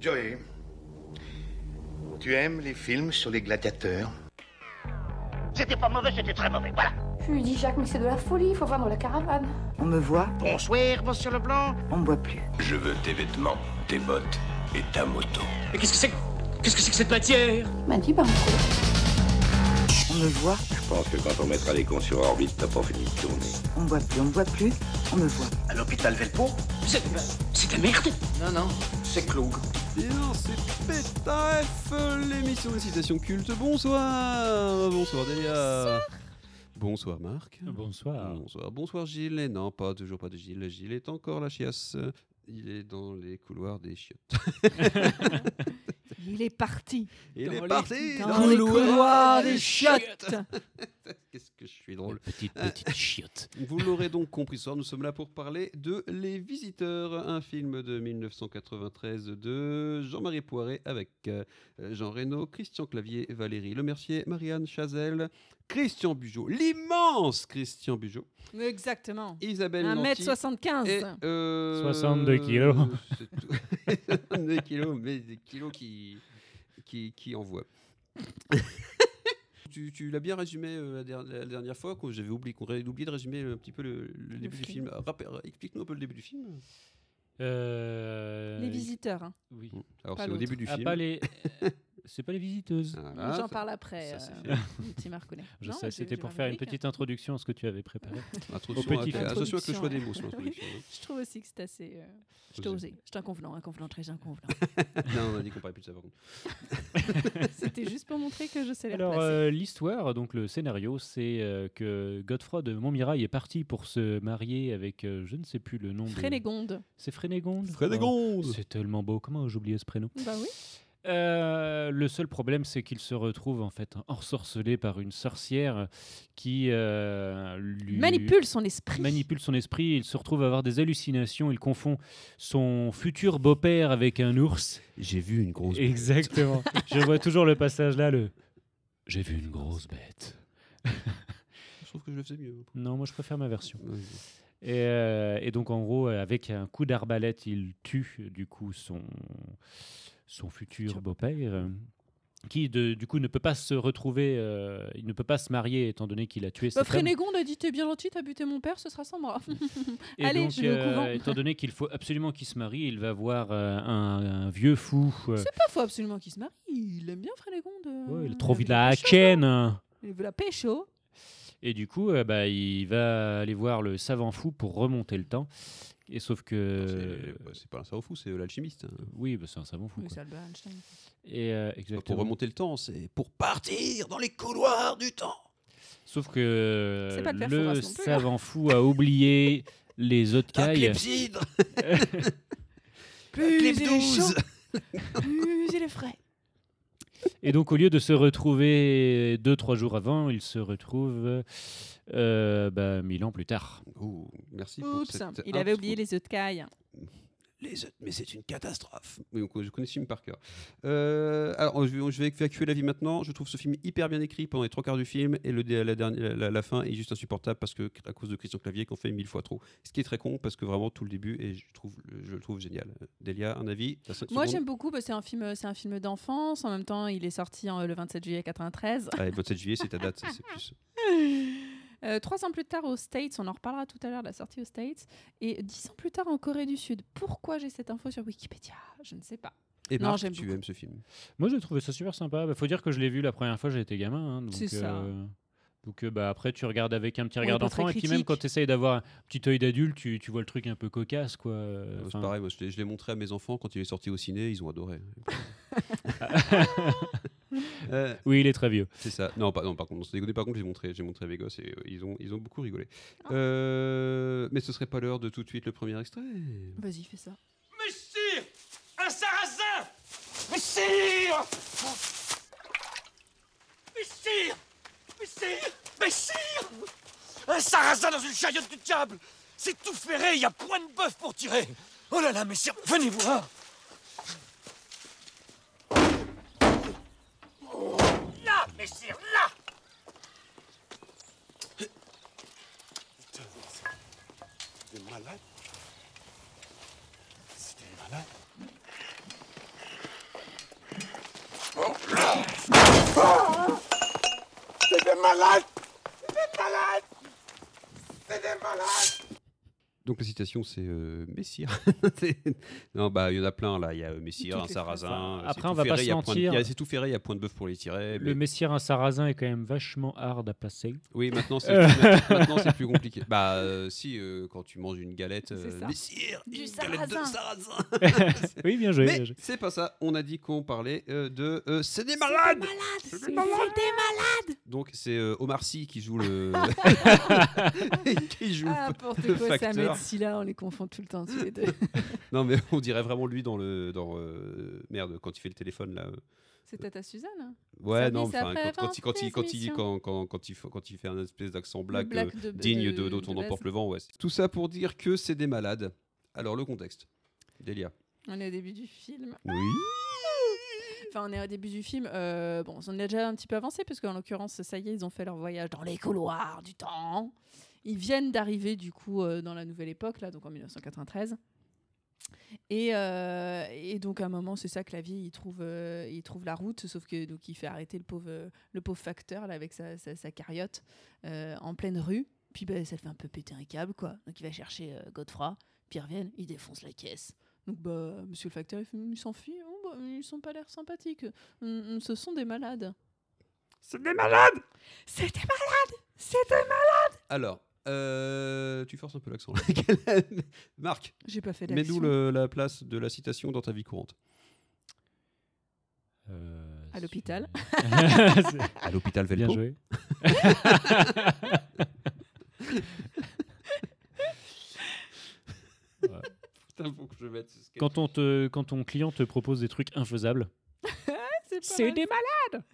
Joey, tu aimes les films sur les gladiateurs C'était pas mauvais, c'était très mauvais, voilà. Je lui dis, Jacques, mais c'est de la folie, il faut vendre la caravane. On me voit, Bonsoir, monsieur Leblanc. on me voit plus. Je veux tes vêtements, tes bottes et ta moto. Mais qu'est-ce que c'est que- Qu'est-ce que c'est que cette matière Il m'a dit, ben, on On me voit, Je pense que quand on mettra les cons sur orbite, t'as pas fini de tourner. on me voit plus, on me voit plus, on me voit. À l'hôpital Velpo C'est ben, c'est de la merde Non, non, c'est Cloug. Bien, c'est PTF, l'émission des citations cultes. Bonsoir Bonsoir Delia Bonsoir Ah. Marc Bonsoir. Bonsoir, bonsoir Gilles. Et non, pas toujours pas de Gilles. Gilles est encore la chiasse. Il est dans les couloirs des chiottes. Il est parti. Il Dans est les- parti dans dans les les couloirs couloirs des des chiottes. Qu'est-ce que je suis drôle. Petite, petite chiotte. Vous l'aurez donc compris ce soir, nous sommes là pour parler de Les Visiteurs, un film de 1993 de Jean-Marie Poiret avec euh, Jean Reno, Christian Clavier, Valérie Lemercier, Marianne Chazelle, Christian Bugeaud, l'immense Christian Bugeaud, Exactement. Isabelle Nanty 1m75. et, euh, 62 kilos. c'est tout. 62 kilos, mais des kilos qui, qui, qui envoient. Tu, tu l'as bien résumé euh, la, der- la dernière fois, que j'avais oublié, qu'on avait oublié de résumer un petit peu le, le début du film. film. Euh, Rappel- Explique-nous un peu le début du film. Euh, Les visiteurs. hein. Oui. Alors Pas c'est au l'autre. début du Ah, film. pas les. c'est pas les visiteuses. Voilà, J'en ça- parle après. ça, c'est euh, fait. petit Marconnet. Je Non, sais, j'ai- c'était j'ai pour pas faire une remarqué. petite introduction à ce que tu avais préparé. Introduction, petit avec- film. Attention avec le choix des mots. Introduction. sur l'introduction, hein. Je trouve aussi que c'est assez. euh, Je t'ai Osé. osé. Je suis inconvenant, inconvenant, très inconvenant. non, on a dit qu'on parlait plus de ça par contre. c'était juste pour montrer que je sais les Alors, replacer. euh, l'histoire, donc le scénario, c'est euh, que Godefroy de Montmirail est parti pour se marier avec, euh, je ne sais plus le nom. de- Frénégonde. C'est Frénégonde Frédégonde Oh, C'est tellement beau. Comment j'ai oublié ce prénom Bah oui. Euh, le seul problème, c'est qu'il se retrouve en fait ensorcelé par une sorcière qui euh, lui Manipule son esprit. manipule son esprit. Il se retrouve à avoir des hallucinations. Il confond son futur beau-père avec un ours. J'ai vu une grosse. Exactement. Je vois toujours le passage là. Le j'ai vu une grosse bête. Je trouve que je le faisais mieux. Non, moi je préfère ma version. Et, euh, et donc en gros, euh, avec un coup d'arbalète, il tue euh, du coup son, son futur Futur beau-père, euh, qui de- du coup ne peut pas se retrouver, euh, il ne peut pas se marier étant donné qu'il a tué Bah, sa femme. Frénégonde a dit T'es bien gentil, t'as buté mon père, ce sera sans moi. Et Allez, donc, euh, je vais au couvent. étant donné qu'il faut absolument qu'il se marie, il va voir euh, un, un vieux fou. euh, C'est pas faut absolument qu'il se marie. Il aime bien Frénégonde. ouais, euh, il a trop veut vite la pécho. hachaine. hein. Il veut la pécho. Et du coup, euh, bah, il va aller voir le savant fou pour remonter le temps. Et sauf que. Ah, C'est c'est pas un savant fou, c'est euh, l'alchimiste. hein. Oui, bah, c'est un savant fou. Oui, quoi. ça, le Einstein. Et, euh, Pas Ah, Pour exactement. remonter le temps, c'est pour partir dans les couloirs du temps. Sauf que C'est pas le le, père Fouras non plus, hein. savant fou a oublié les autres Un cailles. clepsydre, Plus clip il est 12. chaud, plus il est frais. Et donc, au lieu de se retrouver deux, trois jours avant, il se retrouve euh, bah, mille ans plus tard. Oh, merci pour Oups, cette il avait intro. oublié les œufs de caille. Les autres, mais c'est une catastrophe. Oui, donc, je connais ce film par cœur. Euh, alors, je vais, je vais évacuer la vie maintenant. Je trouve ce film hyper bien écrit pendant les trois quarts du film et le, dé- la, dernière- la- la fin est juste insupportable parce que à cause de Christian Clavier qu'on fait mille fois trop. Ce qui est très con parce que vraiment tout le début et je trouve je le trouve génial. Delia, un avis T'as cinq Moi, secondes j'aime beaucoup, parce que c'est un film, c'est un film d'enfance. En même temps, il est sorti en- le 27 juillet 93. Allez, 27 juillet, c'est ta date, ça, c'est plus. Euh, trois ans plus tard aux States, on en reparlera tout à l'heure, la sortie aux States. Et dix ans plus tard en Corée du Sud. Pourquoi j'ai cette info sur Wikipédia Je ne sais pas. Et Non, Marc, j'aime tu beaucoup. aimes ce film Moi, j'ai trouvé ça super sympa. Il faut dire que je l'ai vu la première fois, j'étais gamin. hein, donc, C'est ça. euh, donc, euh, bah, après, tu regardes avec un petit On regard est pas très d'enfant. Et puis, même critique. quand tu essayes d'avoir un petit œil d'adulte, tu, tu vois le truc un peu cocasse. quoi. Euh, C'est Enfin, pareil, moi, je l'ai- je l'ai montré à mes enfants quand il est sorti au ciné, ils ont adoré. Euh, oui, il est très vieux. C'est ça. Non, pas, non, par contre, on s'est dégoûté. Par contre, j'ai montré, j'ai montré à mes gosses et euh, ils, ont, ils ont beaucoup rigolé. Ah. Euh, mais ce serait pas l'heure de tout de suite le premier extrait. Vas-y, fais ça. Messire Un sarrasin Messire Messire Messire Messire Un sarrasin dans une chariote du diable C'est tout ferré, il y a point de bœuf pour tirer Oh là là, messire, venez voir Là, messire, là C'est des malades C'est des malades C'est des malades Donc la citation, c'est euh, Messire. C'est- non, bah il y en a plein là. Il y a euh, Messire, Toutes un les sarrasin. phrases. euh, Après, c'est on tout va pas ferré, se il y a point de- mentir. il y a- C'est tout ferré, il y a point de bœuf pour les tirer. Le mais- messire à sarrasin est quand même vachement hard à passer. Oui, maintenant c'est Euh. maintenant, c'est plus compliqué. Bah euh, si, euh, quand tu manges une galette, C'est euh, ça. Messire, Du une galette de sarrasin. oui, bien joué. bien Mais joué. c'est pas ça. On a dit qu'on parlait euh, de euh, c'est des malades. C'était malade Donc c'est euh, Omar Sy qui joue le qui joue le Ah, n'importe le quoi, ça facteur. met si là, on les confond tout le temps, tous les deux. Non mais on dirait vraiment lui dans le dans euh, merde quand il fait le téléphone là. euh. C'était à Suzanne hein. Ouais Sa non vie, sa enfin quand, quand il quand il quand il transmission. quand quand quand il, fa- quand il fait un espèce d'accent black, euh, de- digne de de- dont de on base. emporte le vent ouais. Tout ça pour dire que c'est des malades. Alors le contexte. Delia. On est au début du film. Oui. Enfin, on est au début du film. euh, bon, on est déjà un petit peu avancé parce qu'en l'occurrence, ça y est, ils ont fait leur voyage dans les couloirs du temps. Ils viennent d'arriver du coup euh, dans la nouvelle époque là, donc en 1993. Et, euh, et donc à un moment, c'est ça que la vie, il trouve, euh, il trouve la route, sauf que donc il fait arrêter le pauvre, le pauvre facteur là avec sa, sa, sa carriote euh, en pleine rue. Puis ben, ça le fait un peu péter un câble quoi. Donc il va chercher euh, Godefroy, puis ils reviennent, ils défoncent la caisse. Donc bah Monsieur le facteur, il fait, ils s'enfuient, oh, bah, ils sont pas l'air sympathiques. Hum, hum, ce sont des malades. C'est des malades C'est des malades. C'est des malades. Alors euh, tu forces un peu l'accent. là. Marc, J'ai pas fait d'action. mets-nous le- la place de la citation dans ta vie courante. Euh, À l'hôpital. c'est- c'est- À l'hôpital bien joué. Putain, faut que je mette ce sketch. Quand, on te, quand ton client te propose des trucs infaisables, C'est pas mal. malades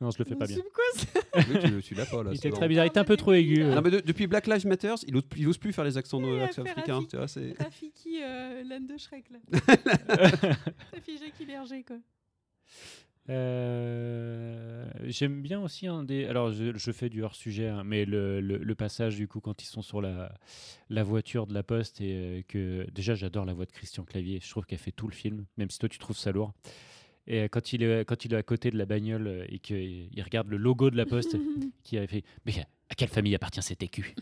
Non, je le fais pas bien. C'est quoi, ça Oui, tu, tu l'as pas là. Il c'est était dans- très bizarre, il était un peu trop aigu. euh. Non, mais de- depuis Black Lives Matter, il ose, il ose plus faire les accents Oui, euh, accents affaire africains. Rafik. Tu vois, c'est... Rafiki, euh, l'âne de Shrek, là. T'as figé qui berger, quoi. Euh, J'aime bien aussi un des. Alors, je, je fais du hors sujet, hein, mais le, le- le passage du coup quand ils sont sur la, la voiture de la poste et euh, que déjà j'adore la voix de Christian Clavier. Je trouve qu'elle fait tout le film, même si toi tu trouves ça lourd. Et euh, quand il est quand il est à côté de la bagnole euh, et qu'il il regarde le logo de la poste, qui avait fait. Mais à quelle famille appartient cet écu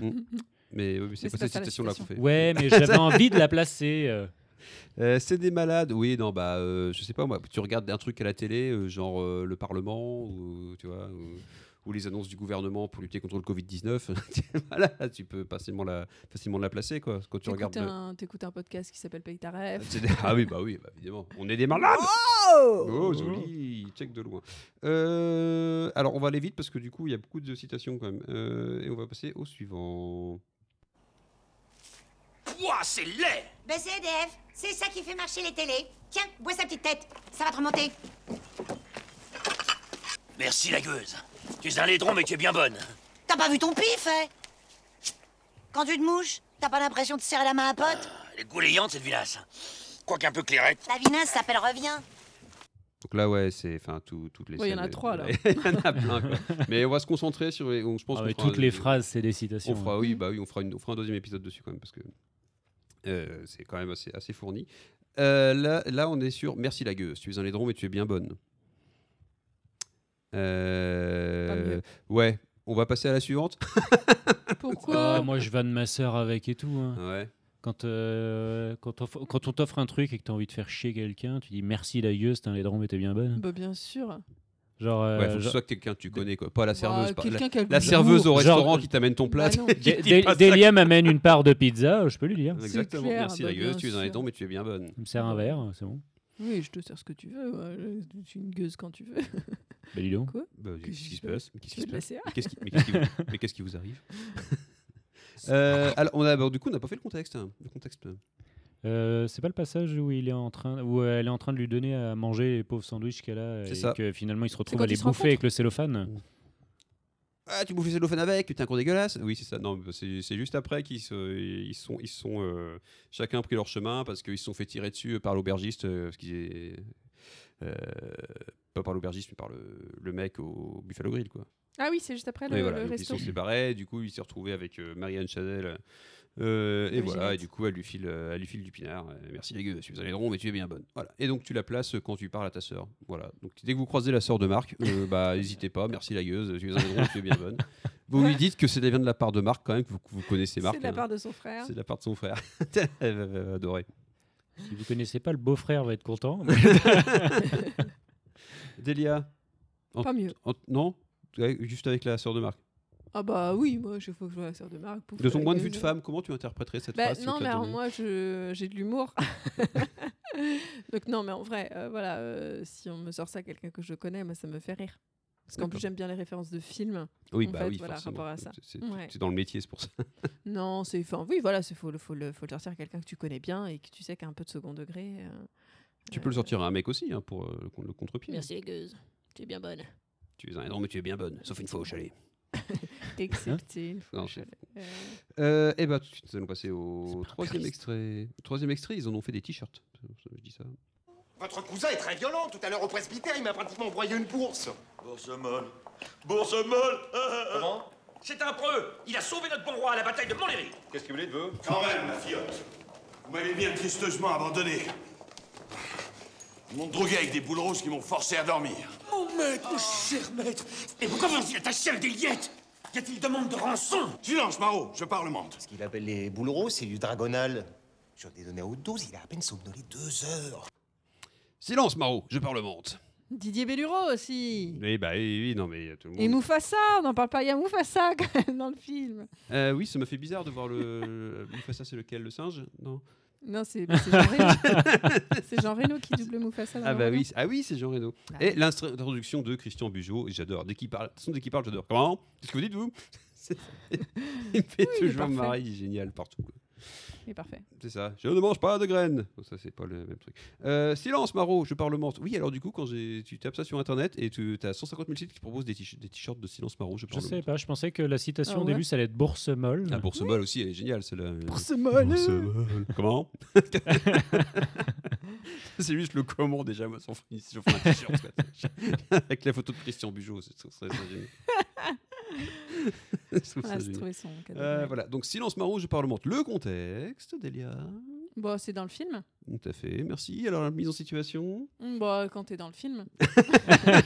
Mais, oui, mais c'est Mais pas c'est cette pas ça, la citation là qu'on citation. fait. Ouais, mais j'avais envie de la placer. euh. Euh, c'est des malades. Oui, non, bah, euh, je sais pas moi. Tu regardes un truc à la télé, euh, genre euh, le Parlement, ou tu vois, ou, ou les annonces du gouvernement pour lutter contre le Covid 19. voilà, tu peux facilement la, facilement la placer quoi. Quand tu regardes. T'écoutes le- un, t'écoutes un podcast qui s'appelle Paye ta ref. C'est des- Ah oui, bah oui, bah évidemment. On est des malades Oh, joli Check de loin. Euh, alors, on va aller vite parce que du coup, il y a beaucoup de citations quand même. Euh, et on va passer au suivant. Ouah, c'est laid Ben c'est EDF, c'est ça qui fait marcher les télés. Tiens, bois sa petite tête, ça va te remonter. Merci, la gueuse. Tu es un laidron, mais tu es bien bonne. T'as pas vu ton pif, hein Quand tu te mouches, t'as pas l'impression de serrer la main à un pote Ah, Elle est goulayante, cette vinasse. Quoique un peu clairette. La vinasse s'appelle revient. Donc là, ouais, c'est enfin tout- toutes les. Ouais, il y en a scènes- trois, là. Il y en a plein. quoi. Mais on va se concentrer sur. les- on- je pense Ah, qu'on mais fera toutes un- les phrases, c'est des citations. hein. On fera, oui, bah oui, on fera, une- on fera un deuxième épisode dessus quand même parce que euh, c'est quand même assez, assez fourni. Euh, là, là, on est sur Merci la gueuse. Tu es un laidron, mais tu es bien bonne. Euh, Pas mieux. ouais, on va passer à la suivante. Pourquoi Oh, Ah, moi, je vanne ma sœur avec et tout. hein. Ouais. Quand, euh, quand, on, quand on t'offre un truc et que t'as envie de faire chier quelqu'un, tu dis merci la gueule, c'était un laidron, mais t'es bien bonne. Bah, bien sûr. Genre, euh, Ouais, faut que ce genre- soit quelqu'un que tu connais, quoi. Pas la serveuse. Bah, pas- la, quelqu'un qui a le la goût. serveuse au Genre- restaurant qui t'amène ton plat. Bah non. tu dis Dé- Dé- pas ça. Délia m'amène une part de pizza, euh, je peux lui dire. Exactement. clair, Merci bah, la gueuse, bien tu es un sûr. laidron, mais tu es bien bonne. Il me sert un verre, euh, c'est bon. Oui, je te sers ce que tu veux. ouais, Je suis une gueuse quand tu veux. Bah, dis donc. Bah, Qu'est-ce qu'est-ce qui qui se se passe passe Mais qu'est-ce qui se Je vais passe te Mais qu'est-ce qui- mais qu'est-ce qui vous- mais qu'est-ce qui vous arrive Euh, alors, on a, bah, du coup, on n'a pas fait le contexte. hein, Le contexte. Euh, c'est pas le passage où il est en train, où euh, elle est en train de lui donner à manger les pauvres sandwichs qu'elle a, C'est et ça. que finalement il se retrouve quand à les ils se bouffer avec rencontrent. le cellophane. Ah, tu bouffes le cellophane avec, tu t'es un con dégueulasse. Oui, c'est ça. Non, bah, c'est c'est juste après qu'ils se, ils sont, ils sont, euh, chacun a pris leur chemin parce qu'ils se sont fait tirer dessus par l'aubergiste, euh, parce qu'ils est- euh, pas par l'aubergiste, mais par le, le mec au Buffalo Grill, quoi. Ah oui, c'est juste après Oui, le, voilà, le donc ils resto. sont séparés. Du coup, il s'est retrouvé avec euh, Marianne Chazelle, Euh, et Le voilà, Ginette. et du coup, elle lui file, euh, elle lui file du pinard. Euh, Merci les gueux, je suis un aileron, mais tu es bien bonne. Voilà. Et donc, tu la places euh, quand tu parles à ta sœur. Voilà. Donc, dès que vous croisez la sœur de Marc, euh, bah, n'hésitez pas. Merci la gueuse, tu es un aileron, tu es bien bonne. Vous lui dites que c'est vient de la part de Marc quand même, que vous, vous connaissez Marc. C'est de la hein. part de son frère. C'est de la part de son frère. elle va- va va adorer. Si vous connaissez pas, le beau-frère va être content. Delia en- Pas mieux. en- non Ouais, Juste avec la sœur de Marc. Ah bah oui, moi, je faut que je vois la sœur de Marc. pouf, De ton la point de gueuse. vue de femme, comment tu interpréterais cette Euh, Bah, phrase si on Non, te mais la alors donnait moi, je- j'ai de l'humour. Donc non, mais en vrai, euh, voilà, euh, si on me sort ça, quelqu'un que je connais, moi, ça me fait rire. Parce qu'en D'accord. plus, j'aime bien les références de films. Oui, en bah fait, oui, voilà, forcément. rapport à ça. C'est Ouais. c'est dans le métier, c'est pour ça. Non, c'est... Enfin, oui, voilà, il faut, le- faut, le- faut le sortir à quelqu'un que tu connais bien et que tu sais qu'il a un peu de second degré. euh. Tu peux le sortir à un mec aussi hein, pour euh, le con- le contre-pied. les gueuses. Tu es bien bonne. Tu es un aileron, mais tu es bien bonne, sauf une fois au chalet. T'es acceptée une fois Non, au c'est- chalet. Euh, Euh, et bah, tout de suite, nous allons passer au troisième extrait. Au troisième extrait, ils en ont fait des t-shirts. Je dis ça. Votre cousin est très violent. Tout à l'heure au presbytère, il m'a pratiquement broyé une bourse. Bourse molle. Bourse molle. Comment C'est un preux. Il a sauvé notre bon roi à la bataille de Montlhéry. Qu'est-ce que vous voulez de vous Quand même, ma fiotte. Vous m'avez bien tristeusement abandonné. Ils m'ont drogué avec des boules rouges qui m'ont forcé à dormir. Mon maître, mon cher maître. Et pourquoi vous vous y attachez avec des liettes Y a-t-il demande de rançon Silence, Marot, je parlemente. Ce qu'il appelle les boules rouges, c'est du dragonal. J'en ai donné à haute dose, il a à peine somnolé deux heures. Silence, Maro, je parlemente. Didier Belluro aussi. Oui, bah oui, oui, non, mais tout le Et monde. Mufasa, on n'en parle pas, il y a Mufasa quand même dans le film. Euh, oui, ça m'a fait bizarre de voir le. Mufasa, c'est lequel Le singe Non. Non, c'est c'est Jean Reno. C'est Jean Reno qui double Mufasa. dans Ah le bah roman. oui, c'est- ah oui, c'est Jean Reno. Bah Et l'introduction de Christian Bugeaud, j'adore. Dès qu'il parle, de toute façon, dès qu'il parle, j'adore. Comment Qu'est-ce que vous dites vous C'est- Il me fait Oui, il est toujours parfait. marrer, il est génial partout. quoi. Il est parfait. C'est ça. Je ne mange pas de graines. Bon, ça c'est pas le même truc. Euh, silence, Maro, je parlemente. Oui, alors du coup, quand j'ai- tu tapes ça sur internet et tu as 150 000 sites qui proposent des t- des t-shirts de silence, Maro, je Je parlemente. sais pas, je pensais que la citation Ah au ouais. début, ça allait être bourse molle. La Ah, bourse molle aussi, elle est géniale celle-là. Bourse molle. Bourse molle. Comment C'est juste le comment déjà, moi, sans fringue, si je fais un t-shirt. quoi. Avec la photo de Christian Bugeaud, c'est ça, ça, ça, génial. Je trouve ça Ah, c'est génial. trouvé son cadeau. Euh, voilà, donc silence marron, je parlemente. Le contexte, Delia. Bon, c'est dans le film. Tout à fait, merci. Alors, la mise en situation. Mm, Bon, quand t'es dans le film.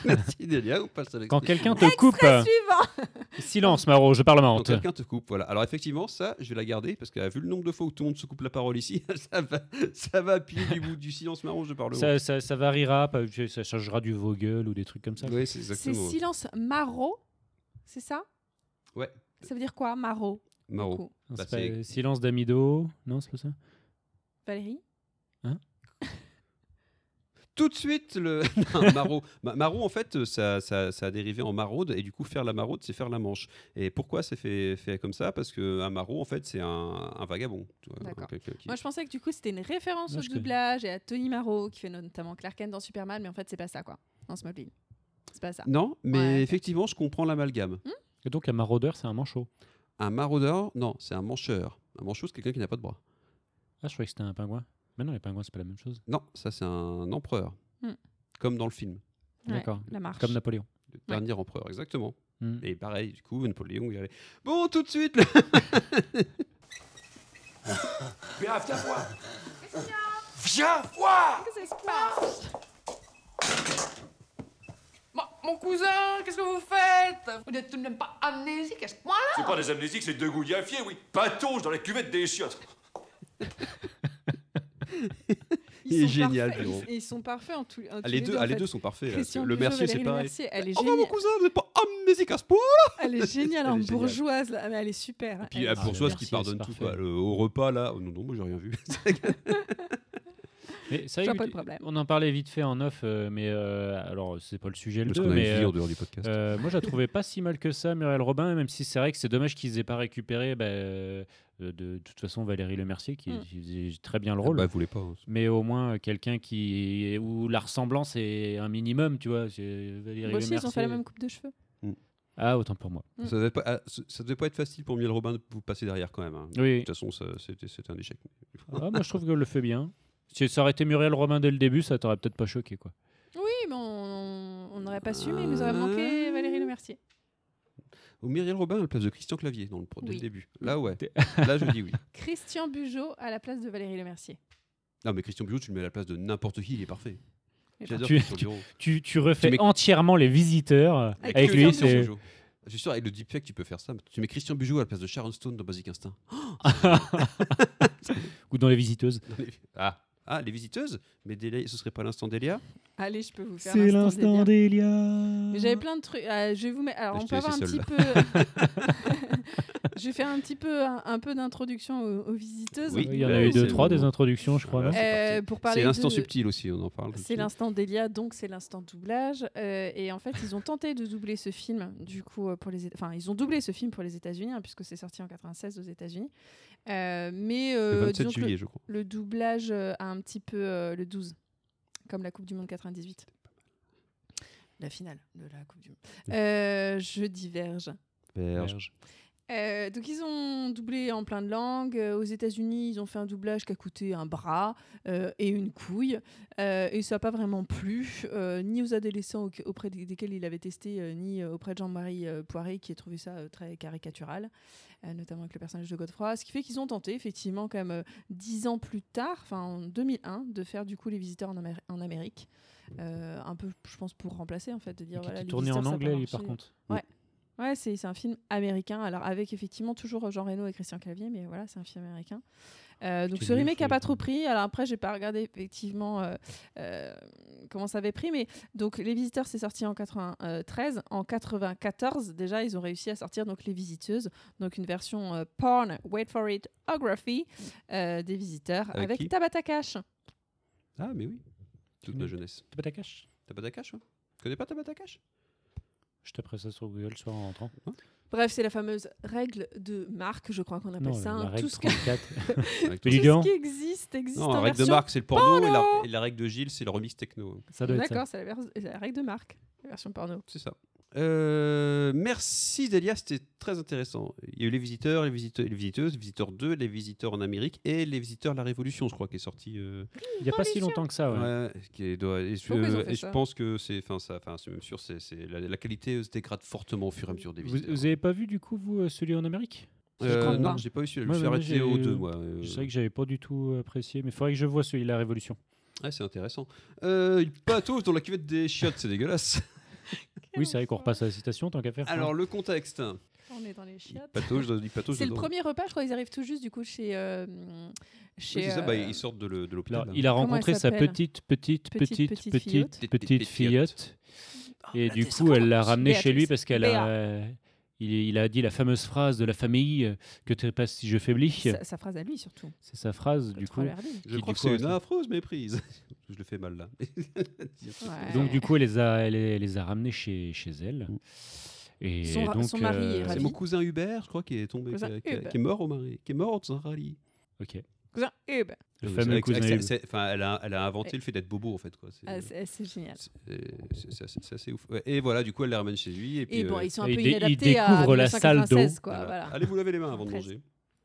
merci Delia, on passe à l'extrait Quand quelqu'un suivant. te coupe. Suivant. Silence, Maro, je parlemente. Quand quelqu'un te coupe, voilà. Alors effectivement, ça, je vais la garder parce que vu le nombre de fois où tout le monde se coupe la parole ici, ça va, ça va appuyer du bout du silence marron, je parle. Ça, ça, ça variera, pas- ça changera du Vogel ou des trucs comme ça. Oui, c'est C'est exactement. silence maro, c'est ça Ouais. Ça veut dire quoi, maro Maro. coup. Non, Bah, c'est pas, c'est- euh, silence d'Amido. Non, c'est pas ça. Valérie Tout de suite, le Non, Maro. Ma- Maro, en fait, ça, ça, ça a dérivé en maraude, et du coup, faire la maraude, c'est faire la manche. Et pourquoi c'est fait, fait comme ça Parce qu'un maraud, en fait, c'est un, un vagabond. tu vois, D'accord. quelqu'un qui- Moi, je pensais que du coup, c'était une référence Non, au je connais. doublage et à Tony Maro, qui fait notamment Clark Kent dans Superman, mais en fait, c'est pas ça, quoi. Dans Smallville. C'est pas ça. Non, mais Ouais. effectivement, je comprends l'amalgame. Et donc, un maraudeur, c'est un manchot. Un maraudeur, non, c'est un mancheur. Un manchot, c'est quelqu'un qui n'a pas de bras. Ah, je croyais que c'était un pingouin. Mais non, les pingouins, c'est pas la même chose. Non, ça, c'est un empereur. Hmm. Comme dans le film. Ouais, D'accord. La marche. Comme Napoléon. Le dernier empereur, exactement. Hmm. Et pareil, du coup, Napoléon, il allait. Bon, tout de suite, le- Viens, viens voir. Viens voir Qu'est-ce qui se passe Mon cousin, qu'est-ce que vous faites Vous n'êtes tout de même pas amnésique à ce point-là C'est pas des amnésiques, c'est deux gouillafiers, oui. Patauge dans la cuvette des chiottes. Ils Il est sont génial, parfaits. Bureau. Ils, ils sont parfaits en tout. en Ah, tous les deux, deux, en ah, les fait. deux sont parfaits. là. Christian le Peugeot, mercier, c'est Valérie pareil. Mercier, elle est Oh, mon géniale. cousin, vous n'êtes pas amnésique à ce point Elle est géniale Elle en est géniale. bourgeoise, là. Mais elle est super. Puis euh, Elle la est- Ah, le bourgeoise qui Mercier, pardonne c'est tout. quoi. parfait. Le- au repas, là. Oh non, non, moi, j'ai rien vu. Mais ça, Je vois il- pas le problème. On en parlait vite fait en off, euh, mais euh, alors c'est pas le sujet. Le Parce deux, qu'on a mais, une vie euh, en dehors du podcast. euh, moi, je la trouvais pas si mal que ça, Muriel Robin, même si c'est vrai que c'est dommage qu'ils aient pas récupéré bah, euh, de, de toute façon Valérie Lemercier qui, Mm. qui faisait très bien le Ah rôle. bah, vous voulez pas. hein. mais au moins euh, quelqu'un qui où la ressemblance est un minimum, tu vois. c'est Valérie Moi aussi, ils ont fait Lemercier. la même coupe de cheveux. Ah, autant pour moi. Mm. Ça devait pas, ah, c- ça devait pas être facile pour Miel Robin de vous passer derrière quand même. hein. De Oui. toute façon, ça- c'était c'était un échec. Ah, moi, je trouve que le fait bien. Si ça aurait été Muriel Robin dès le début, ça t'aurait peut-être pas choqué, quoi. Ah. Oui, mais on on n'aurait pas su, mais il nous aurait manqué Valérie Le Mercier. Ou Muriel Robin à la place de Christian Clavier dans le, pro- dès Oui. le début. Là, ouais. Là, je dis oui. Christian Bugeaud à la place de Valérie Lemercier. Non, mais Christian Bureau, tu le mets à la place de n'importe qui, il est parfait. Il est J'adore Tu, Christian tu, Bureau. tu- tu refais mets- entièrement les visiteurs euh, avec, le lui. Christian c'est- Bureau. Je suis sûr, avec le deepfake, tu peux faire ça. Tu mets Christian Bugeaud à la place de Sharon Stone dans Basic Instinct. Ou dans Les Visiteuses. Dans les- Ah. Ah, les visiteuses Mais Delia- ce serait pas l'instant Delia Allez, je peux vous faire C'est Delia. l'instant Delia. Mais j'avais plein de trucs. Ah, je vais vous mettre. Alors, Là, Mhm. je on t'ai peut laissé avoir un petit peu. je vais faire un petit peu un, un peu d'introduction aux, aux visiteuses. Oui, il y en Bah a eu deux, trois des introductions, je crois. non Euh, pour parler C'est l'instant de- subtil aussi, on en parle. tout de C'est suite. l'instant Delia, donc c'est l'instant doublage. Euh, et en fait, ils ont tenté de doubler ce film, du coup, euh, pour les, Éta- enfin, ils ont doublé ce film pour les États-Unis, hein, puisque c'est sorti en 96 aux États-Unis. Euh, mais euh, 27 disons que juillet, le, je crois. le doublage euh, a un petit peu euh, le 12, comme la Coupe du Monde 98. La finale de la Coupe du Monde. Euh, je diverge. Verge. Euh, donc ils ont doublé en plein de langues. Euh, aux États-Unis, ils ont fait un doublage qui a coûté un bras euh, et une couille, Euh, et ça n'a pas vraiment plu euh, ni aux adolescents au- auprès des- desquels il avait testé, euh, ni euh, auprès de Jean-Marie euh, Poiré qui a trouvé ça euh, très caricatural, euh, notamment avec le personnage de Godefroy. Ce qui fait qu'ils ont tenté effectivement, comme dix ans plus tard, enfin en 2001, de faire du coup les visiteurs en, Améri- en Amérique, Euh, un peu, je pense, pour remplacer en fait, de dire qui voilà. était Les tourné en Visiteurs, ça a pas anglais, lui, par marché. contre. Ouais. Ouais, c'est c'est un film américain. Alors, avec effectivement toujours Jean Reno et Christian Clavier, mais voilà, c'est un film américain. Euh, donc, Tu ce l'as remake fait, a pas toi. trop pris. Alors, après, j'ai pas regardé effectivement euh, euh, comment ça avait pris, mais donc, Les Visiteurs, c'est sorti en 93. En 94, déjà, ils ont réussi à sortir donc Les Visiteuses, donc une version euh, porn, wait for it, ography euh, des Visiteurs Avec avec, qui Tabata Cash. Ah, mais oui. Toute ma jeunesse. Tabatakash Tabatakash, ouais. Tu connais pas Tabatakash Je taperai ça sur Google le soir en rentrant. Bref, c'est la fameuse règle de marque, je crois qu'on appelle Non, ça. la hein. règle tout ce, que- 34. tout Avec ce tout ça. qui existe existe Non, en la règle de version Marc, c'est le porno, et, porno. la, et la règle de Gilles, c'est le remix techno. hein. D'accord, c'est la, vers- c'est la règle de marque, la version porno. C'est ça. Euh, merci Delia, c'était très intéressant. Il y a eu les visiteurs, les, visiteurs, les visiteuses, les visiteurs 2, les visiteurs en Amérique et les visiteurs de la Révolution, je crois, qui est sorti. euh, Il n'y a pas si longtemps que ça, Ah ouais. qui est- doit- et, je- euh, Pourquoi ils ont fait et je ça pense que c'est, enfin, ça, enfin, c'est même sûr, c'est, c'est- la, la qualité se dégrade fortement au fur et à mesure des Vous, visiteurs. vous avez pas vu du coup vous euh, celui en Amérique Euh, Je crois non, pas. j'ai pas eu celui-là. Je me suis arrêté j'ai- au deux, moi, euh. C'est vrai que j'avais pas du tout euh, apprécié, mais il faudrait que je vois celui de la Révolution. Ouais, c'est intéressant. Euh, il patauge dans la cuvette des chiottes, c'est dégueulasse. oui, c'est vrai qu'on repasse à la citation tant qu'à faire. Hein. Alors le contexte. On est dans les chiottes. Patauge, dans- il patauge C'est le dedans. premier repas, je crois, ils arrivent tout juste du coup chez. euh, chez Oui, c'est ça, bah, euh, ils sortent de, le- de l'hôpital. Alors, là. il a Comment rencontré elle sa s'appelle petite, petite, petite, Petite, petite, petite petite, filleotte. petite filleotte. Et du coup, elle l'a ramené chez lui parce qu'elle a. euh, Il, il a dit la fameuse phrase de la famille euh, que tu passes si je faiblis. sa, sa phrase à lui surtout. C'est sa phrase, du coup. Trollerdine. qui, Je du crois que coup, c'est reste- une affreuse méprise. Je le fais mal là. Donc du coup, elle les a, elle, elle les a ramenés chez, chez elle. Et Son ra- donc, son mari est euh, ravi. C'est mon cousin Hubert, je crois, qui est tombé, Cousin qui, Hubert. qui est mort au mari, qui est mort dans un rallye. Ok. Cousin Hub. Le Euh, fameux Ah c'est- cousin c'est- Hub. c'est- Enfin, elle a, elle a inventé Et- le fait d'être bobo en fait quoi. C'est- Ah, c'est c'est génial. c'est- c'est- c'est assez- c'est assez ouf. Ouais, Et voilà, du coup, elle les ramène chez lui. Et, puis, Et bon, euh, ils sont un peu inadaptés à 1996, quoi, voilà. Allez vous laver les mains avant de 13. manger.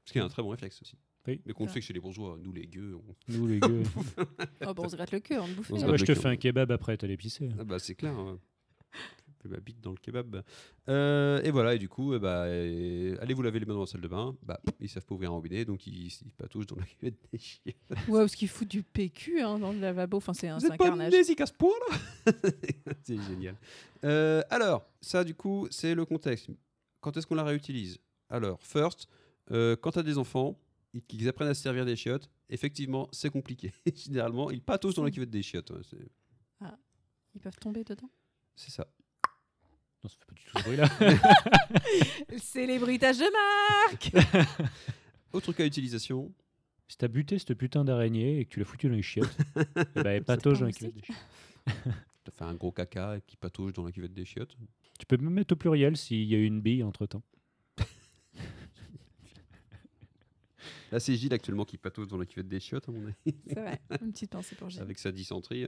Ce qui est un très bon réflexe aussi. Mais qu'on le Ouais. fait que chez les bourgeois, nous les gueux. on- Nous, les gueux. Oh, bah, on se gratte le cul avant de bouffer. On se Ouais, gratte je le te cul. fais un kebab après, t'as l'épicé. Ah bah c'est clair. hein. Je mets ma bite dans le kebab. Euh, et voilà, et du coup, eh bah, euh, allez vous laver les mains dans la salle de bain. Bah, ils savent pas ouvrir un robinet, donc ils, ils patouchent dans la cuvette des chiens. Ouais, parce qu'il fout du PQ hein, dans le lavabo. Enfin, c'est Vous un, c'est êtes un pas carnage. amnésique à ce point là C'est génial. Euh, alors, ça du coup, c'est le contexte. Quand est-ce qu'on la réutilise Alors, first, euh, quand t'as des enfants, ils- qu'ils apprennent à se servir des chiottes, effectivement, c'est compliqué. Généralement, ils patouchent Mmh. dans la cuvette des chiottes. ouais, c'est- Ah, ils peuvent tomber dedans. c'est ça. Non, ça fait pas du tout ce bruit là. c'est les bruitages de marque. Autre cas d'utilisation. Si t'as buté cette putain d'araignée et que tu l'as foutu dans les chiottes, eh bah, elle patauge dans les culottes des chiottes. T'as fait un gros caca qui patouche dans la cuvette des chiottes. Tu peux me mettre au pluriel s'il y a eu une bille entre temps. Là, c'est Gilles actuellement qui patauche dans la cuvette des chiottes, à mon avis. C'est vrai. Une petite pensée pour Gilles. Avec sa dysenterie.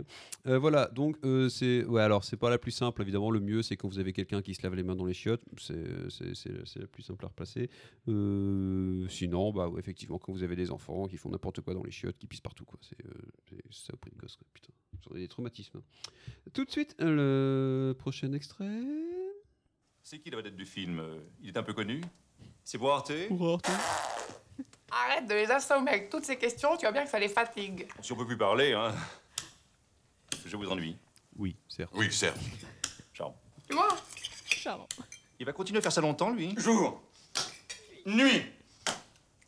Euh, voilà, donc euh, c'est. Ouais, alors c'est pas la plus simple, évidemment. Le mieux, c'est quand vous avez quelqu'un qui se lave les mains dans les chiottes. C'est- C'est c'est- c'est la plus simple à replacer. Euh, sinon, bah, ouais, effectivement, quand vous avez des enfants qui font n'importe quoi dans les chiottes, qui pissent partout, quoi. C'est euh, c'est ça au prix de gosse, quoi. Putain, j'en ai des traumatismes. hein. Tout de suite, euh, le prochain extrait. C'est qui la vedette du film Euh, Il est un peu connu C'est pour Arte Arrête de les assommer avec toutes ces questions, tu vois bien que ça les fatigue. Si on peut plus parler, hein. Je vous ennuie. Oui, certes. Oui, certes. Charme. Tu vois Charmant. Il va continuer à faire ça longtemps, lui Jour. Nuit.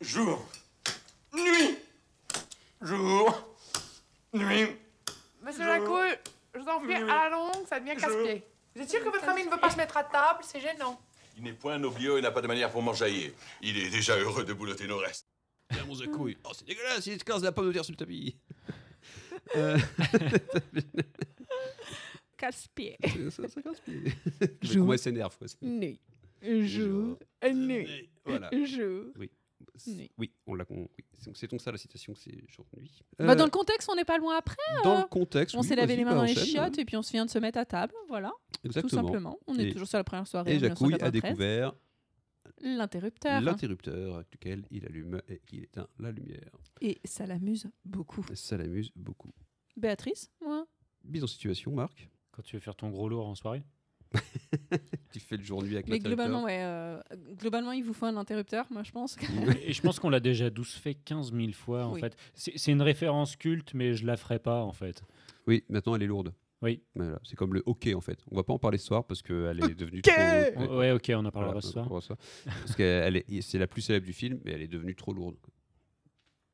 Jour. Nuit. Jour. Nuit. Monsieur Lacouille, je vous en prie, à la longue, ça devient casse-pied. Vous êtes sûr que votre ami ne veut pas se mettre à table C'est gênant. Il n'est point noblieux et n'a pas de manière pour m'enjailler. Il est déjà heureux de boulotter nos restes. Viens, mon couille. Oh, c'est dégueulasse, il se casse la pomme de terre sur le tapis. Euh, Casse-pied. ça, ça casse pied. Comment elle s'énerve, quoi. Nuit. Jour. Nuit. Voilà. Jour. Oui. Nuit. Oui, on l'a con. oui. C'est donc- C'est donc ça la citation, que c'est jour nuit. Bah, dans le contexte, on n'est pas loin après. Euh, dans euh, le contexte, On oui, s'est lavé vas-y, les mains bah, dans les enchaîne, chiottes et puis on se vient de se mettre à table. Voilà. Tout Exactement. simplement. On est Et- toujours sur la première soirée. Et en Jacouille a 1993. découvert L'interrupteur. l'interrupteur avec lequel il allume et il éteint la lumière. Et ça l'amuse beaucoup. Ça l'amuse beaucoup. Béatrice, moi. Bise en situation, Marc. Quand tu veux faire ton gros lourd en soirée Tu fais le jour nuit avec Mais globalement, l'interrupteur. ouais, euh, globalement, il vous faut un interrupteur, moi je pense. Et je pense qu'on l'a déjà douce fait 15 000 fois, en Oui. fait. C'est c'est une référence culte, mais je la ferai pas, en fait. Oui, maintenant elle est lourde. Oui. Voilà, c'est comme le hockey en fait. On va pas en parler ce soir parce qu'elle est devenue Hockey Oh, trop. Ouais, ok, on en parlera ce on en soir. parlera parce qu'elle est, c'est la plus célèbre du film, mais elle est devenue trop lourde.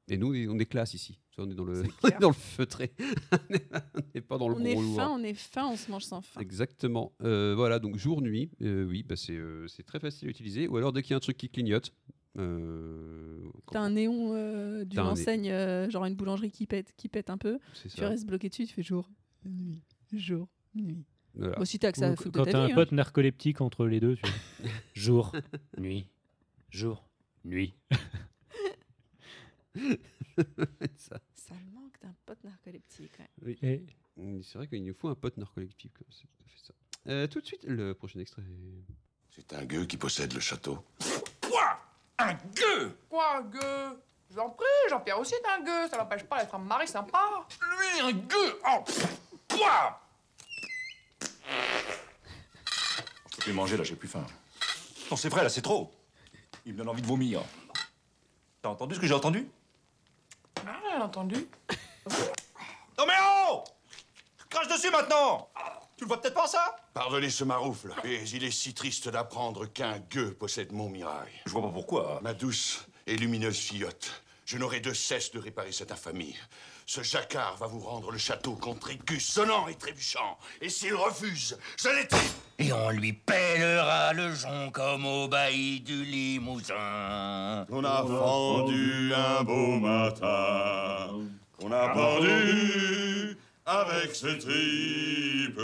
Et nous, on est classe ici. Tu vois, On est dans le, on est dans le feutré. on n'est pas dans le on est gros lourd. fin, on est fin, on se mange sans fin. Exactement. Euh, voilà, donc jour-nuit, euh, oui, bah c'est euh, c'est très facile à utiliser. Ou alors dès qu'il y a un truc qui clignote. euh, quand- T'as un néon euh, d'une T'as un né- enseigne, euh, genre une boulangerie qui pète, qui pète un peu. C'est Tu ça. restes bloqué dessus, tu fais jour, nuit, jour, nuit. Voilà. Bon, si t'as que ça à Ou foutre de Quand ta t'as un vie, hein. pote narcoleptique entre les deux, tu vois. Jour, nuit, jour, nuit. ça. Ça me manque d'un pote narcoleptique. ouais. Oui. Et- C'est vrai qu'il nous faut un pote narcoleptique. comme C'est tout à fait ça. Euh, tout de suite, le prochain extrait. C'est un gueux qui possède le château. Quoi Un gueux Quoi, un gueux Je vous en prie, Jean-Pierre aussi est un gueux, ça l'empêche pas d'être un mari sympa. Lui, un gueux Oh Quoi Je peux plus manger, là, j'ai plus faim. Non, c'est vrai, là, c'est trop. Il me donne envie de vomir. T'as entendu ce que j'ai entendu Ah, bien entendu. Non, mais oh Crache dessus maintenant Tu le vois peut-être pas, ça Pardonnez ce maroufle, mais il est si triste d'apprendre qu'un gueux possède mon mirail. Je vois pas pourquoi. hein. Ma douce et lumineuse fillotte, je n'aurai de cesse de réparer cette infamie. Ce jacquard va vous rendre le château contre écus sonnant et trébuchant. Et s'il refuse, je l'étripe Et on lui pèlera le jonc comme au bailli du Limousin. On a vendu un beau matin, qu'on a pendu avec ses tripes.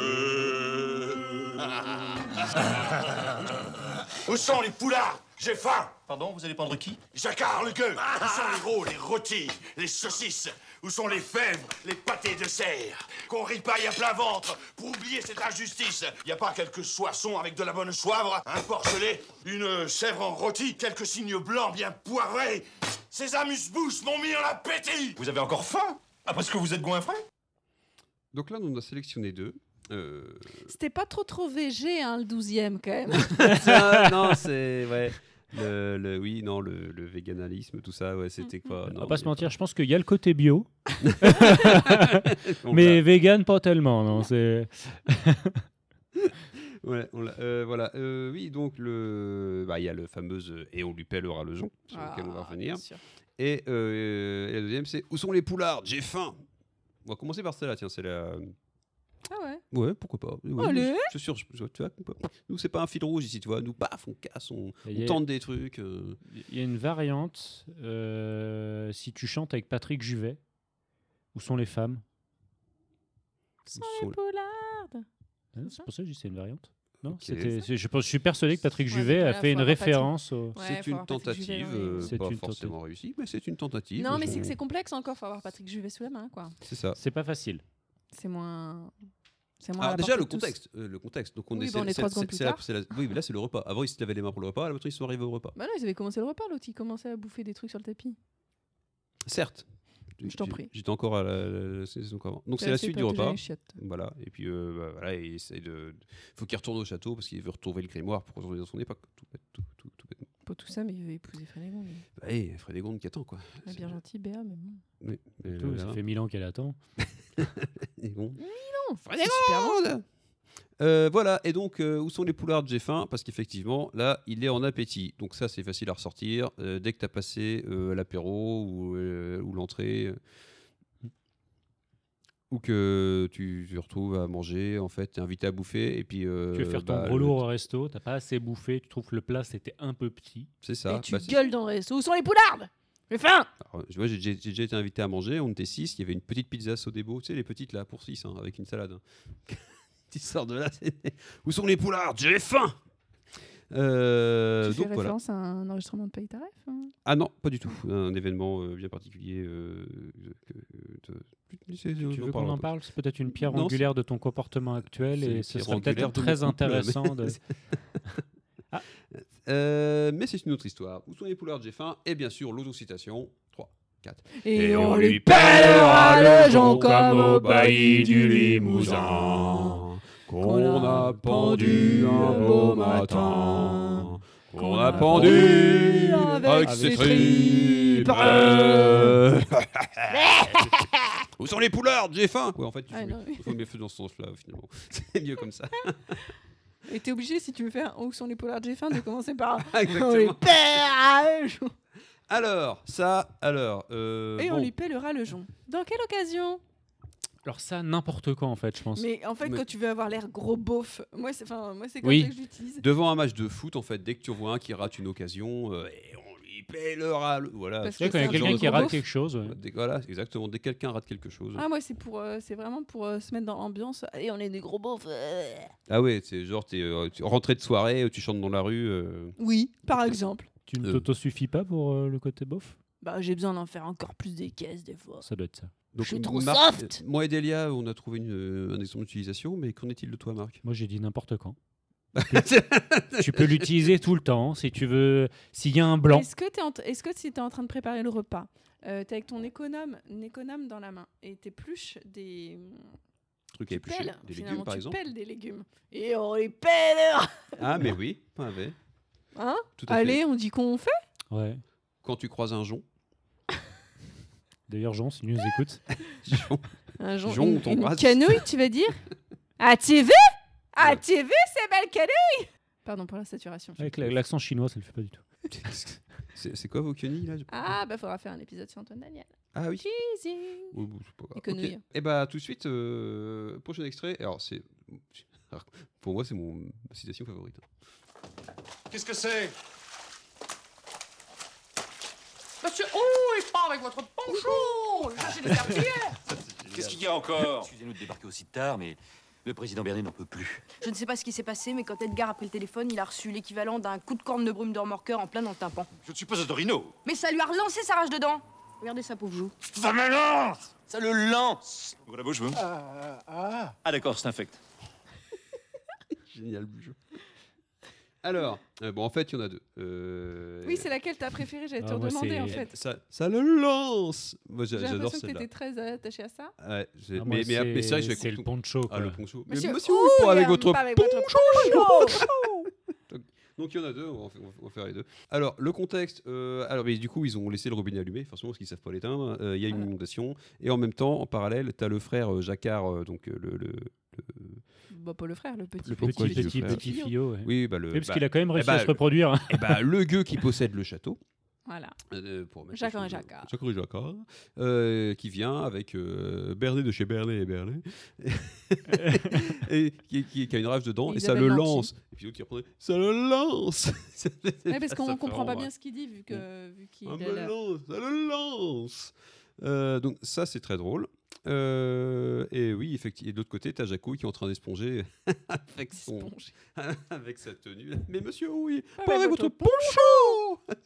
Où sont les poulards J'ai faim Pardon, vous allez pendre qui Jacquard, le gueux Où sont les gros, les rôtis, les saucisses Où sont les fèvres, les pâtés de serre Qu'on ripaille à plein ventre pour oublier cette injustice Y a pas quelques soissons avec de la bonne soivre Un porcelet, une chèvre en rôti, quelques signes blancs bien poivrés Ces amuse-bouches m'ont mis en appétit Vous avez encore faim Après ce Ah, que vous êtes goinfré Donc là, on en a sélectionné deux. Euh, C'était pas trop trop VG, hein, le 12e quand même. Ah, non, c'est. Ouais. Le, le- oui, non, le, le véganalisme, tout ça, ouais, c'était quoi On non, va pas mais- se mentir, je pense qu'il y a le côté bio. On mais vegan, pas tellement, non. C'est. Ouais, on l'a- euh, voilà. Euh, oui, donc, le... bah, il y a le fameux euh, Et on lui pèlera le jonc, sur Ah, lequel on va Ah. revenir. Et, euh, et la deuxième, c'est Où sont les poulards J'ai faim On va commencer par celle-là, tiens, c'est la. Ah ouais Ouais, pourquoi pas. Ouais, Allez. je- Je suis sûr, je- je- tu vois, nous, c'est pas un fil rouge ici, tu vois. Nous, paf, on casse, on, Il y on a- tente des trucs. euh. Il y a une variante. euh, si tu chantes avec Patrick Juvet, où sont les femmes Sont Oh, les poulardes. Hein, C'est pour ça que je dis que c'est une variante. Non, Ok. c'était- c'est- je, pense- je suis persuadé que Patrick Ouais, mais Juvet a faut fait une avoir Patrick- référence au. Ouais, c'est faut une avoir Patrick Juvet, tentative, oui. euh, C'est pas une forcément réussie, mais c'est une tentative. Non, mais Je- c'est que c'est complexe encore, faut avoir Patrick Juvet sous la main, quoi. C'est ça. C'est pas facile. C'est moins. C'est moins. à Alors la Ah, déjà portée le de tous. contexte, euh, le contexte. Donc on Oui, est, bah, on est c'est- trois secondes c'est- plus c'est la- tard. c'est la- oui, mais là c'est le repas. Avant ils se lavaient les mains pour le repas, à l'autre ils sont arrivés au repas. Bah non, ils avaient commencé le repas, l'autre, il commençait à bouffer des trucs sur le tapis. Certes. Je t'en prie. J'étais encore à la, la- la saison qu'avant. Donc T'as c'est la assez suite du peur déjà repas. les chiottes. Voilà. Et puis euh, bah, voilà, il essaie de. Faut qu'il retourne au château parce qu'il veut retrouver le grimoire pour retourner dans son époque. Tout bête, tout, tout, tout bêtement. Pas tout ça, mais il veut épouser Frédégon. lui. Bah, hey, Frédégonde qui attend quoi. Ah, bien gentil, Béa, mais bon. Oui, mais Tout, ça fait mille ans qu'elle attend. Et bon. Non, Frédégonde hein. Euh, voilà, et donc euh, où sont les poulards J'ai faim parce qu'effectivement là il est en appétit. Donc ça c'est facile à ressortir Euh, dès que t'as passé euh, l'apéro ou, euh, ou l'entrée euh, ou que tu, tu retrouves à manger. En fait, t'es invité à bouffer et puis euh, tu veux faire ton bah, gros le- lourd au resto, t'as pas assez bouffé, tu trouves que le plat c'était un peu petit. C'est ça. Et tu bah, c'est- gueules dans le resto. Où sont les poulardes J'ai faim Alors, je vois, j'ai j'ai- j'ai déjà été invité à manger. On était 6 Il y avait une petite pizza Sodebo, tu sais les petites là pour 6 avec une salade. tu sors de là. c'est- Où sont les poulards J'ai faim. Euh, Tu fais donc voilà. référence à un enregistrement de Pays Taref hein Ah non, pas du tout. Un événement euh, bien particulier. euh, que- que- de- on Tu en veux qu'on parlera en pas. parle C'est peut-être une pierre Non, angulaire de ton comportement actuel c'est une et ce pierre serait angulaire peut-être de mon très couple, mais- intéressant de. Euh, mais c'est une autre histoire. Où sont les poulards J'ai faim. Et bien sûr, l'auto-citation. 3, 4. Et on lui pèlera le jonc comme au bailli du Limousin, qu'on a pendu un beau matin, qu'on a pendu avec ses tripes. Où sont les poulards J'ai faim. Ouais, en fait, il Ah, faut, non, mieux- oui. faut mieux faire dans ce sens-là finalement. C'est mieux comme ça. Et t'es obligé, si tu veux faire Où sont les poulardes J'ai faim, de commencer par Exactement. On les pèlera le jonc. Alors, ça, alors. euh, Et on bon. lui pèlera le jonc. Dans quelle occasion Alors ça, n'importe quoi en fait, je pense. Mais en fait, Mais- quand tu veux avoir l'air gros beauf, moi c'est enfin, moi, c'est comme ça Oui. que j'utilise. Devant un match de foot, en fait, dès que tu vois un qui rate une occasion, euh, et on lui pèlera le. Voilà. Parce Tu sais, que quand il y a c'est un quelqu'un genre de qui rate gros quelque chose, ouais. Dès- Voilà, exactement. Dès que quelqu'un rate quelque chose. Ah, moi c'est pour, euh, c'est vraiment pour euh, se mettre dans l'ambiance. Et on est des gros beaufs. euh. Ah ouais, c'est genre, t'es euh, tu- rentré de soirée, tu chantes dans la rue. euh, Oui, par exemple. Tu ne Euh. t'autosuffis pas pour euh, le côté bof Bah, j'ai besoin d'en faire encore plus des caisses des fois. Ça doit être ça. Donc, Je suis trop Marc- soft. euh, Moi et Delia, on a trouvé une, euh, un exemple d'utilisation, mais qu'en est-il de toi, Marc Moi, j'ai dit n'importe quand. tu peux l'utiliser tout le temps si tu veux. S'il y a un blanc. Est-ce que, t'es en t- est-ce que si tu es en train de préparer le repas, euh, t'es avec ton économe, un économe dans la main et t'épluches des. Truc à tu éplucher, pèles, des finalement, légumes, par tu exemple. pèles des légumes. Et on les pèle Ah, mais oui, pas un verre. Hein Tout à fait. Allez, on dit qu'on fait Ouais. Quand tu croises un jonc. D'ailleurs, Jean, si tu nous écoutes. Un jour, Jean, une- on une, t'embrasse. canouille, tu vas dire Ah, À TV À TV, c'est belle canouille Pardon pour la saturation. Avec la- l'accent chinois, ça le fait pas du tout. C'est c'est quoi vos quenilles, là Ah, bah, faudra faire un épisode sur Antoine Daniel. Ah oui. Cheesy. Oui, bon, c'est pas grave. Et que Ok. nouilles. Eh bah tout de suite, euh, prochain extrait. Alors c'est alors, pour moi c'est mon ma citation favorite. Qu'est-ce que c'est Monsieur Oh, il part avec votre poncho Lâchez les serpillères Qu'est-ce qu'il y a encore Excusez-nous de débarquer aussi tard, mais le président Bernier n'en peut plus. Je ne sais pas ce qui s'est passé, mais quand Edgar a pris le téléphone, il a reçu l'équivalent d'un coup de corne de brume de remorqueur en plein dans le tympan. Je ne suis pas Odorino. Mais ça lui a relancé sa rage dedans. Regardez sa pauvre joue. Ça me lance Ça le lance Ouvre la bouche, veux Ah, ah. Ah d'accord, c'est infect. Génial Bujo. Alors euh, bon en fait il y en a deux. Euh, Oui, c'est laquelle t'as préférée, j'allais te Ah, moi, redemander c'est- en fait. Ça, ça le lance. Moi j'a- J'ai j'adore l'impression que celle-là. t'étais très attaché à ça. Ouais, j'ai- Ah, moi, mais mais après c'est- ça je vais c'est le comprendre- poncho, Ah le quoi. poncho. Monsieur- mais monsieur vous Ouh, avec il aime votre pas avec votre Oh, poncho. Donc il y en a deux, on va, on va- on va faire les deux. Alors le contexte, euh, alors mais du coup ils ont laissé le robinet allumé, forcément parce qu'ils savent pas l'éteindre. Euh, Il y a une inondation et en même temps, en parallèle, t'as le frère euh, Jacquard, euh, donc euh, le, le, le- Bah, pas le frère, le petit. le petit- petit- petit- le frère. petit fillot, ouais. Oui, bah, le, Oui, parce bah, qu'il a quand même eh réussi bah, à se reproduire. le- eh bah, le gueux qui possède le château. Voilà. Euh, pour mettre Jacquard les et choses- Jacquard. Jacquard et Jacquard, euh, qui vient avec euh, Bernet de chez Bernet et Bernet, et qui, qui- qui a une rage dedans, et, ça Isabelle le Nanty. lance. Et puis l'autre qui reprendrait, ça le lance Ouais, parce qu'on Ça fait comprend pas vraiment- bien ce qu'il dit vu que vu qu'il Ah, a me la- lance, ça le lance Euh, Donc ça, c'est très drôle. Euh, et oui, effectivement. Et de l'autre côté, t'as Jaco qui est en train d'esponger avec, son... avec sa tenue. Mais monsieur, oui, Ah, pas mais avec votre votre poncho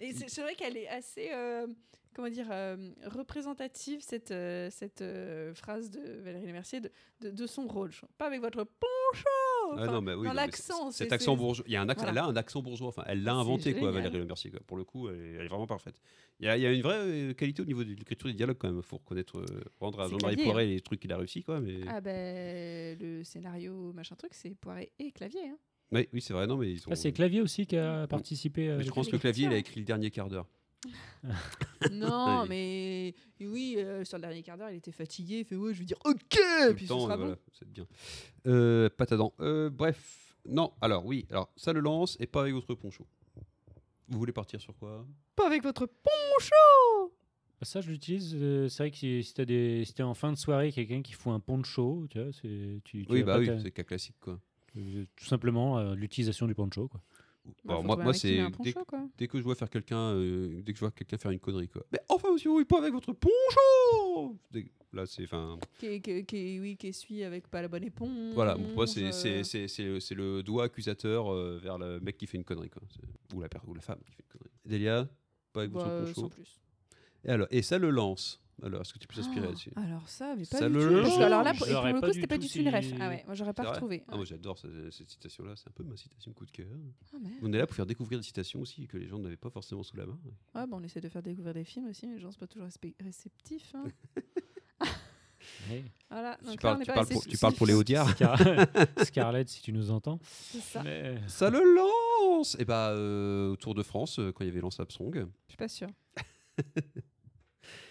Et c'est c'est vrai qu'elle est assez, euh, comment dire, euh, représentative, cette, euh, cette euh, phrase de Valérie Lemercier, de, de, de son rôle. je crois. Pas avec votre poncho Ah enfin, non, mais oui, Dans non, mais l'accent. c'est- Cet c'est- accent c'est- bourgeois. Il y a un accent, Voilà. Elle a un accent bourgeois. Enfin, elle l'a C'est inventé, quoi, génial. Valérie Le Mercier. quoi. Pour le coup, elle, est- elle est vraiment parfaite. Il y, a, il y a une vraie euh, qualité au niveau de l'écriture des dialogues, quand même. Il faut reconnaître, euh, rendre à C'est Jean-Marie clavier, Poiret hein. les trucs qu'il a réussi, quoi. Mais... Ah ben, le scénario, machin truc, c'est Poiré et Clavier. hein. Oui, oui, c'est vrai. Non, mais ils ont... Ah, c'est Clavier aussi qui a participé. euh, Mais je pense que Clavier, il a écrit le dernier quart d'heure. Non, Oui. mais oui, euh, sur le dernier quart d'heure, il était fatigué. Il fait ouais, je vais dire ok, Tout puis le ce temps, sera euh, bon. voilà, c'est bien. Euh, pâte à dents. Euh, bref, non, alors oui, alors ça le lance et pas avec votre poncho. Vous voulez partir sur quoi Pas avec votre poncho Ça, je l'utilise. euh, c'est vrai que si, si t'as des, si t'es en fin de soirée, quelqu'un qui fout un poncho, tu vois, c'est. Tu, tu Oui, vas bah pas oui, t'a- c'est le cas classique, quoi. Euh, Tout simplement euh, l'utilisation du poncho, quoi. Bah, Alors, faut moi, trouver un moi, mec qui met c'est un dès, poncho, quoi. dès que je vois faire quelqu'un, euh, dès que je vois quelqu'un faire une connerie, quoi. Mais enfin, monsieur, oui, pas avec votre poncho. Dès- Là, c'est enfin, Qui, qui, qui- oui, qui essuie avec pas la bonne éponge. voilà. Pour moi, c'est euh, c'est- c'est- c'est le- c'est le doigt accusateur euh, vers le mec qui fait une connerie, quoi. C'est- Ou la per- ou la femme qui fait une connerie. Delia, pas avec Bah, votre euh, poncho. sans plus. Et alors, et ça le lance. Alors, est-ce que tu peux inspirer Ah, là-dessus alors ça, mais pas Ça du le tout. Parce lance. que alors là, pour- et pour J'aurais le pas coup, du c'était pas tout du tout une ref. si- Ah ouais, moi j'aurais C'est pas vrai retrouvé. Ah, moi j'adore ce- cette citation-là, c'est un peu ma citation coup de cœur. Ah, merde. On est là pour faire découvrir des citations aussi que les gens n'avaient pas forcément sous la main. Ouais, bah, on essaie de faire découvrir des films aussi, mais les gens sont pas toujours respect- réceptifs. hein. Voilà, donc là, parles- on est tu pas parles pour- réceptifs. tu parles pour les Audiards. Scar- Scarlett, si tu nous entends. C'est ça. Mais- euh, Ça le lance Et bah, euh, au Tour de France, euh, quand il y avait Lance Armstrong. Je suis pas sûre.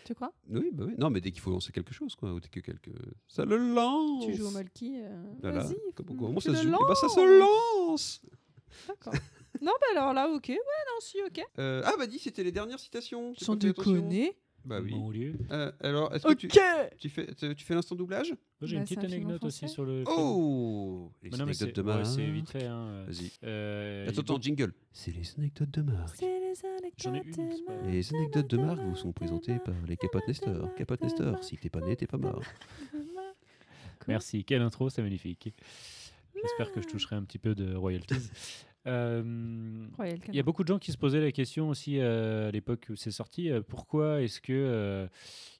tu crois Oui, bah oui. Non, mais dès qu'il faut lancer quelque chose, quoi. Ou dès que quelque... Ça le lance Tu joues au Molki euh, Voilà. Vas-y. Comment, faut- comment tu ça le se joue Eh bah, ça lances. se lance D'accord. non, bah alors là, ok. Ouais, non, si, ok. Euh, Ah, bah dis, c'était les dernières citations. J'ai Sans pas fait attention. déconner. Bah oui. Mon Dieu. Euh, alors, est-ce Ok. que tu, tu fais, tu, tu fais l'instant doublage Moi, j'ai une petite anecdote aussi sur le. film. Oh Les Mais non, mais anecdotes c'est- de Marc. ouais, c'est vite fait. hein. Vas-y. Euh, Attends, il- attends, jingle. C'est les anecdotes de Marc. J'en ai une. c'est pas- Les anecdotes de Marc vous sont présentées par les Capotes Nestor. Capote Nestor, si t'es pas né, t'es pas mort. Merci, quelle intro, c'est magnifique. J'espère que je toucherai un petit peu de royalties. Euh, Royal il y a Canin. beaucoup de gens qui se posaient la question aussi euh, à l'époque où c'est sorti, euh, pourquoi est-ce que euh,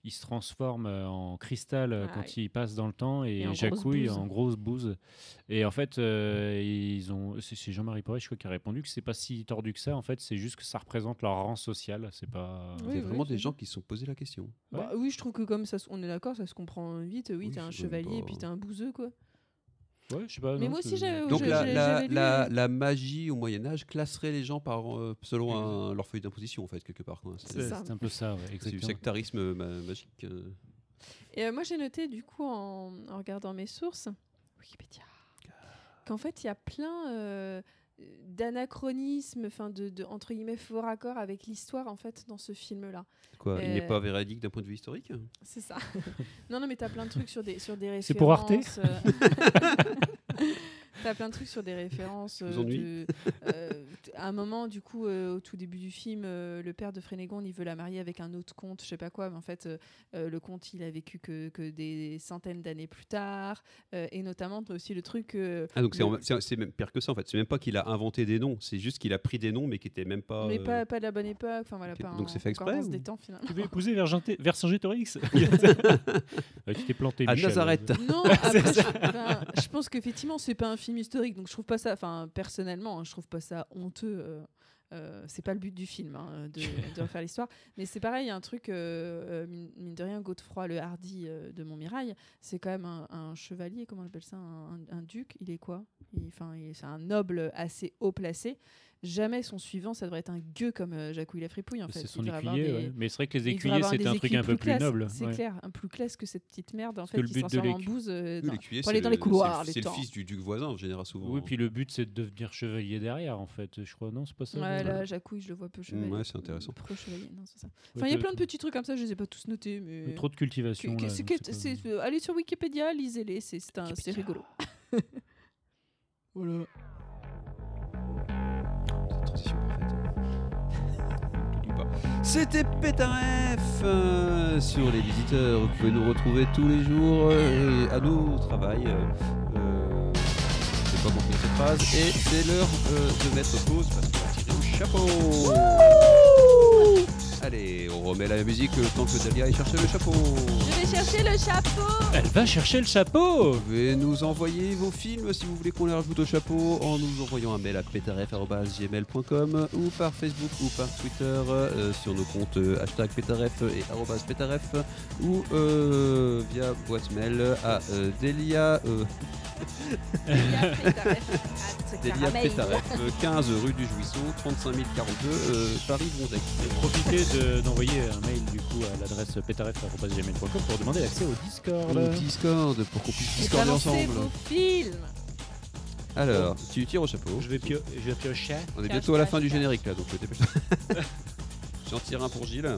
il se transforme euh, en cristal euh, Ah quand oui. il passe dans le temps et, Et en grosse jacouille bouse. Mmh. en grosse bouse Et en fait, euh, ils ont, c'est c'est Jean-Marie Poiret, je crois, qui a répondu que c'est pas si tordu que ça. En fait, c'est juste que ça représente leur rang social. C'est pas. Il Oui, y oui, a vraiment c'est des ça. gens qui se sont posés la question. Bah, oui, je trouve que comme ça, se- on est d'accord, ça se comprend vite. Oui, t'es un c'est même chevalier et pas- puis t'es un bouseux, quoi. Ouais, je sais pas. Mais non, moi aussi, c'est- j'avais- Donc je- la, j'ai- la- j'avais lu, la- euh, la magie au Moyen Âge classerait les gens par, euh, selon un- leur feuille d'imposition, en fait, quelque part. quoi. C'est C'est ça. un peu ça, ouais, C'est du exactement. sectarisme euh, ma- magique. euh. Et euh, moi, j'ai noté, du coup, en, en regardant mes sources, Wikipédia, qu'en fait, il y a plein euh, d'anachronismes, enfin, de, de, entre guillemets, faux raccords avec l'histoire, en fait, dans ce film-là. Quoi, Il n'est Euh, pas véridique d'un point de vue historique C'est ça. non, non, mais t'as plein de trucs sur des, sur des références. C'est pour Arte euh, T'as plein de trucs sur des références. Vous euh, ennuie de- euh, t- à un moment, du coup, euh, au tout début du film, euh, le père de Frénégon, il veut la marier avec un autre comte, je sais pas quoi, mais en fait, euh, euh, le comte, il a vécu que, que des centaines d'années plus tard. euh, et notamment, t'as aussi le truc. euh, Ah, donc c'est le- en- c'est c'est même pire que ça, en fait. C'est même pas qu'il a inventé des noms, c'est juste qu'il a pris des noms, mais qui étaient même pas. Mais euh, pas, pas de la bonne époque, enfin voilà, ok. pas Donc en c'est fait exprès, concordance ou- des temps finalement. Tu veux épouser Vergingé- Vercingétorix Euh, Tu t'es planté. À Michel. Nazareth. Non, après, je, enfin, je pense qu'effectivement, c'est pas un film historique, donc je trouve pas ça, enfin, personnellement, hein, je trouve pas ça honteux. euh, euh, c'est pas le but du film hein, de, de refaire l'histoire, mais c'est pareil. Il y a un truc, euh, euh, mine mine de rien, Godefroy le Hardy euh, de Montmirail, c'est quand même un, un chevalier, comment on appelle ça, un, un- un duc. Il est quoi Il- Enfin, il- c'est un noble assez haut placé. Jamais son suivant, ça devrait être un gueux comme euh, Jacouille la Fripouille. En fait. C'est son Il devrait avoir écuyer, des- ouais. Mais c'est vrai que les il devrait écuyers, avoir c'était des un truc écuyers un peu plus classe, noble, C'est ouais. clair, un plus classe que cette petite merde en Parce fait que le qui but se de transforme en l'écu- bouse euh, Oui, dans- l'écuyer, pour aller c'est dans le- les couloirs c'est- du C'est le temps. fils du duc voisin, en général, souvent. Oui, puis le but c'est de devenir chevalier derrière, en fait. Je crois, non, c'est pas ça. Ouais, non là, Jacouille, je le vois peu chevalier. Mm, ouais, c'est intéressant. Pro chevalier, non, c'est ça. Enfin, il y a t'as- plein de petits trucs comme ça, je les ai pas tous notés. Mais... Mais trop de cultivation, Que- que- là, c'est donc que- c'est pas- c'est- euh, allez sur Wikipédia, lisez-les, c'est c'est un- c'est rigolo. voilà. C'était Pétain F euh, sur les visiteurs. Vous pouvez nous retrouver tous les jours euh, à nos travail. euh, euh, je sais pas manquer cette phrase. Et c'est l'heure euh, de mettre pause parce qu'on va tirer au chapeau. Allez, on remet la musique le temps que Dalia aille chercher le chapeau. Je vais chercher le chapeau. Elle va chercher le chapeau Vous pouvez nous envoyer vos films si vous voulez qu'on les rajoute au chapeau en nous envoyant un mail à pétaref.gmail.com ou par Facebook ou par Twitter euh, sur nos comptes euh, hashtag pétaref et arrobase pétaref ou euh, via boîte mail à euh, Delia... euh, Delia Caramel. Pétaref, euh, 15 rue du Jouisson, 35 042, euh, Paris-Bondec. Profitez de- d'envoyer un mail du coup à l'adresse pétaref.gmail.com pour demander l'accès au Discord. Au Discord, pour qu'on puisse discorder ensemble. Film. Alors, tu tires au chapeau. Je vais, je vais piocher. On est Pioche, bientôt à la pioche, fin du pioche. générique là, donc euh, dépêche-toi. J'en tire un pour Gilles.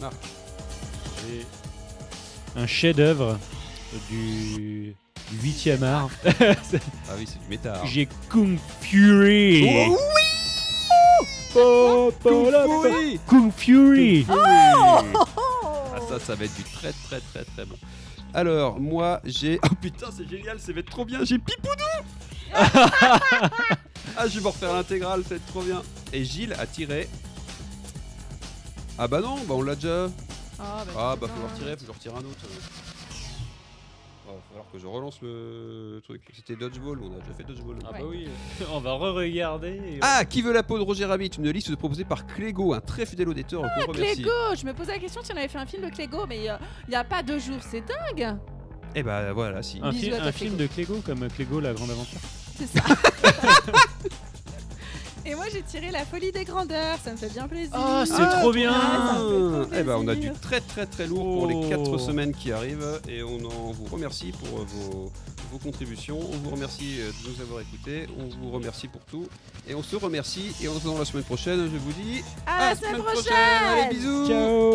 Marc. Un chef-d'œuvre du 8e art. Ah oui, c'est du métal. J'ai Kung Fury. Oh Oh, Kung Fury. Kung Fury. Ah ça, ça va être du très très très très bon. Alors, moi j'ai. Oh putain, c'est génial, ça va être trop bien, j'ai Pipoudou Ah, je vais me refaire l'intégrale, ça va être trop bien. Et Gilles a tiré. Ah bah non, bah on l'a déjà. Ah bah, ah bah putain. faut le retirer, faut le retirer un autre. Oh, va falloir que je relance le truc. C'était Dodgeball, on a déjà fait Dodgeball. Ah bah oui, on va re-regarder. et on- Ah, qui veut la peau de Roger Rabbit Une liste proposée par Clégo, un très fidèle auditeur Ah, qu'on remercie. Clégo Je me posais la question si on avait fait un film de Clégo, mais euh, il n'y a pas deux jours, c'est dingue Eh bah voilà, si. Un, Bisous fi- à toi, un film de Clégo comme Clégo la grande aventure. C'est ça Et moi j'ai tiré La folie des grandeurs, ça me fait bien plaisir Ah, c'est Ah, trop bien. ça me fait trop Eh ben, on a du plaisir. très très très lourd pour les 4 Oh. semaines qui arrivent et on en vous remercie pour euh, vos, vos contributions. On vous remercie euh, de nous avoir écoutés. On vous remercie pour tout et on se remercie. Et en attendant la semaine prochaine, je vous dis À la semaine prochaine. Allez, bisous. Ciao.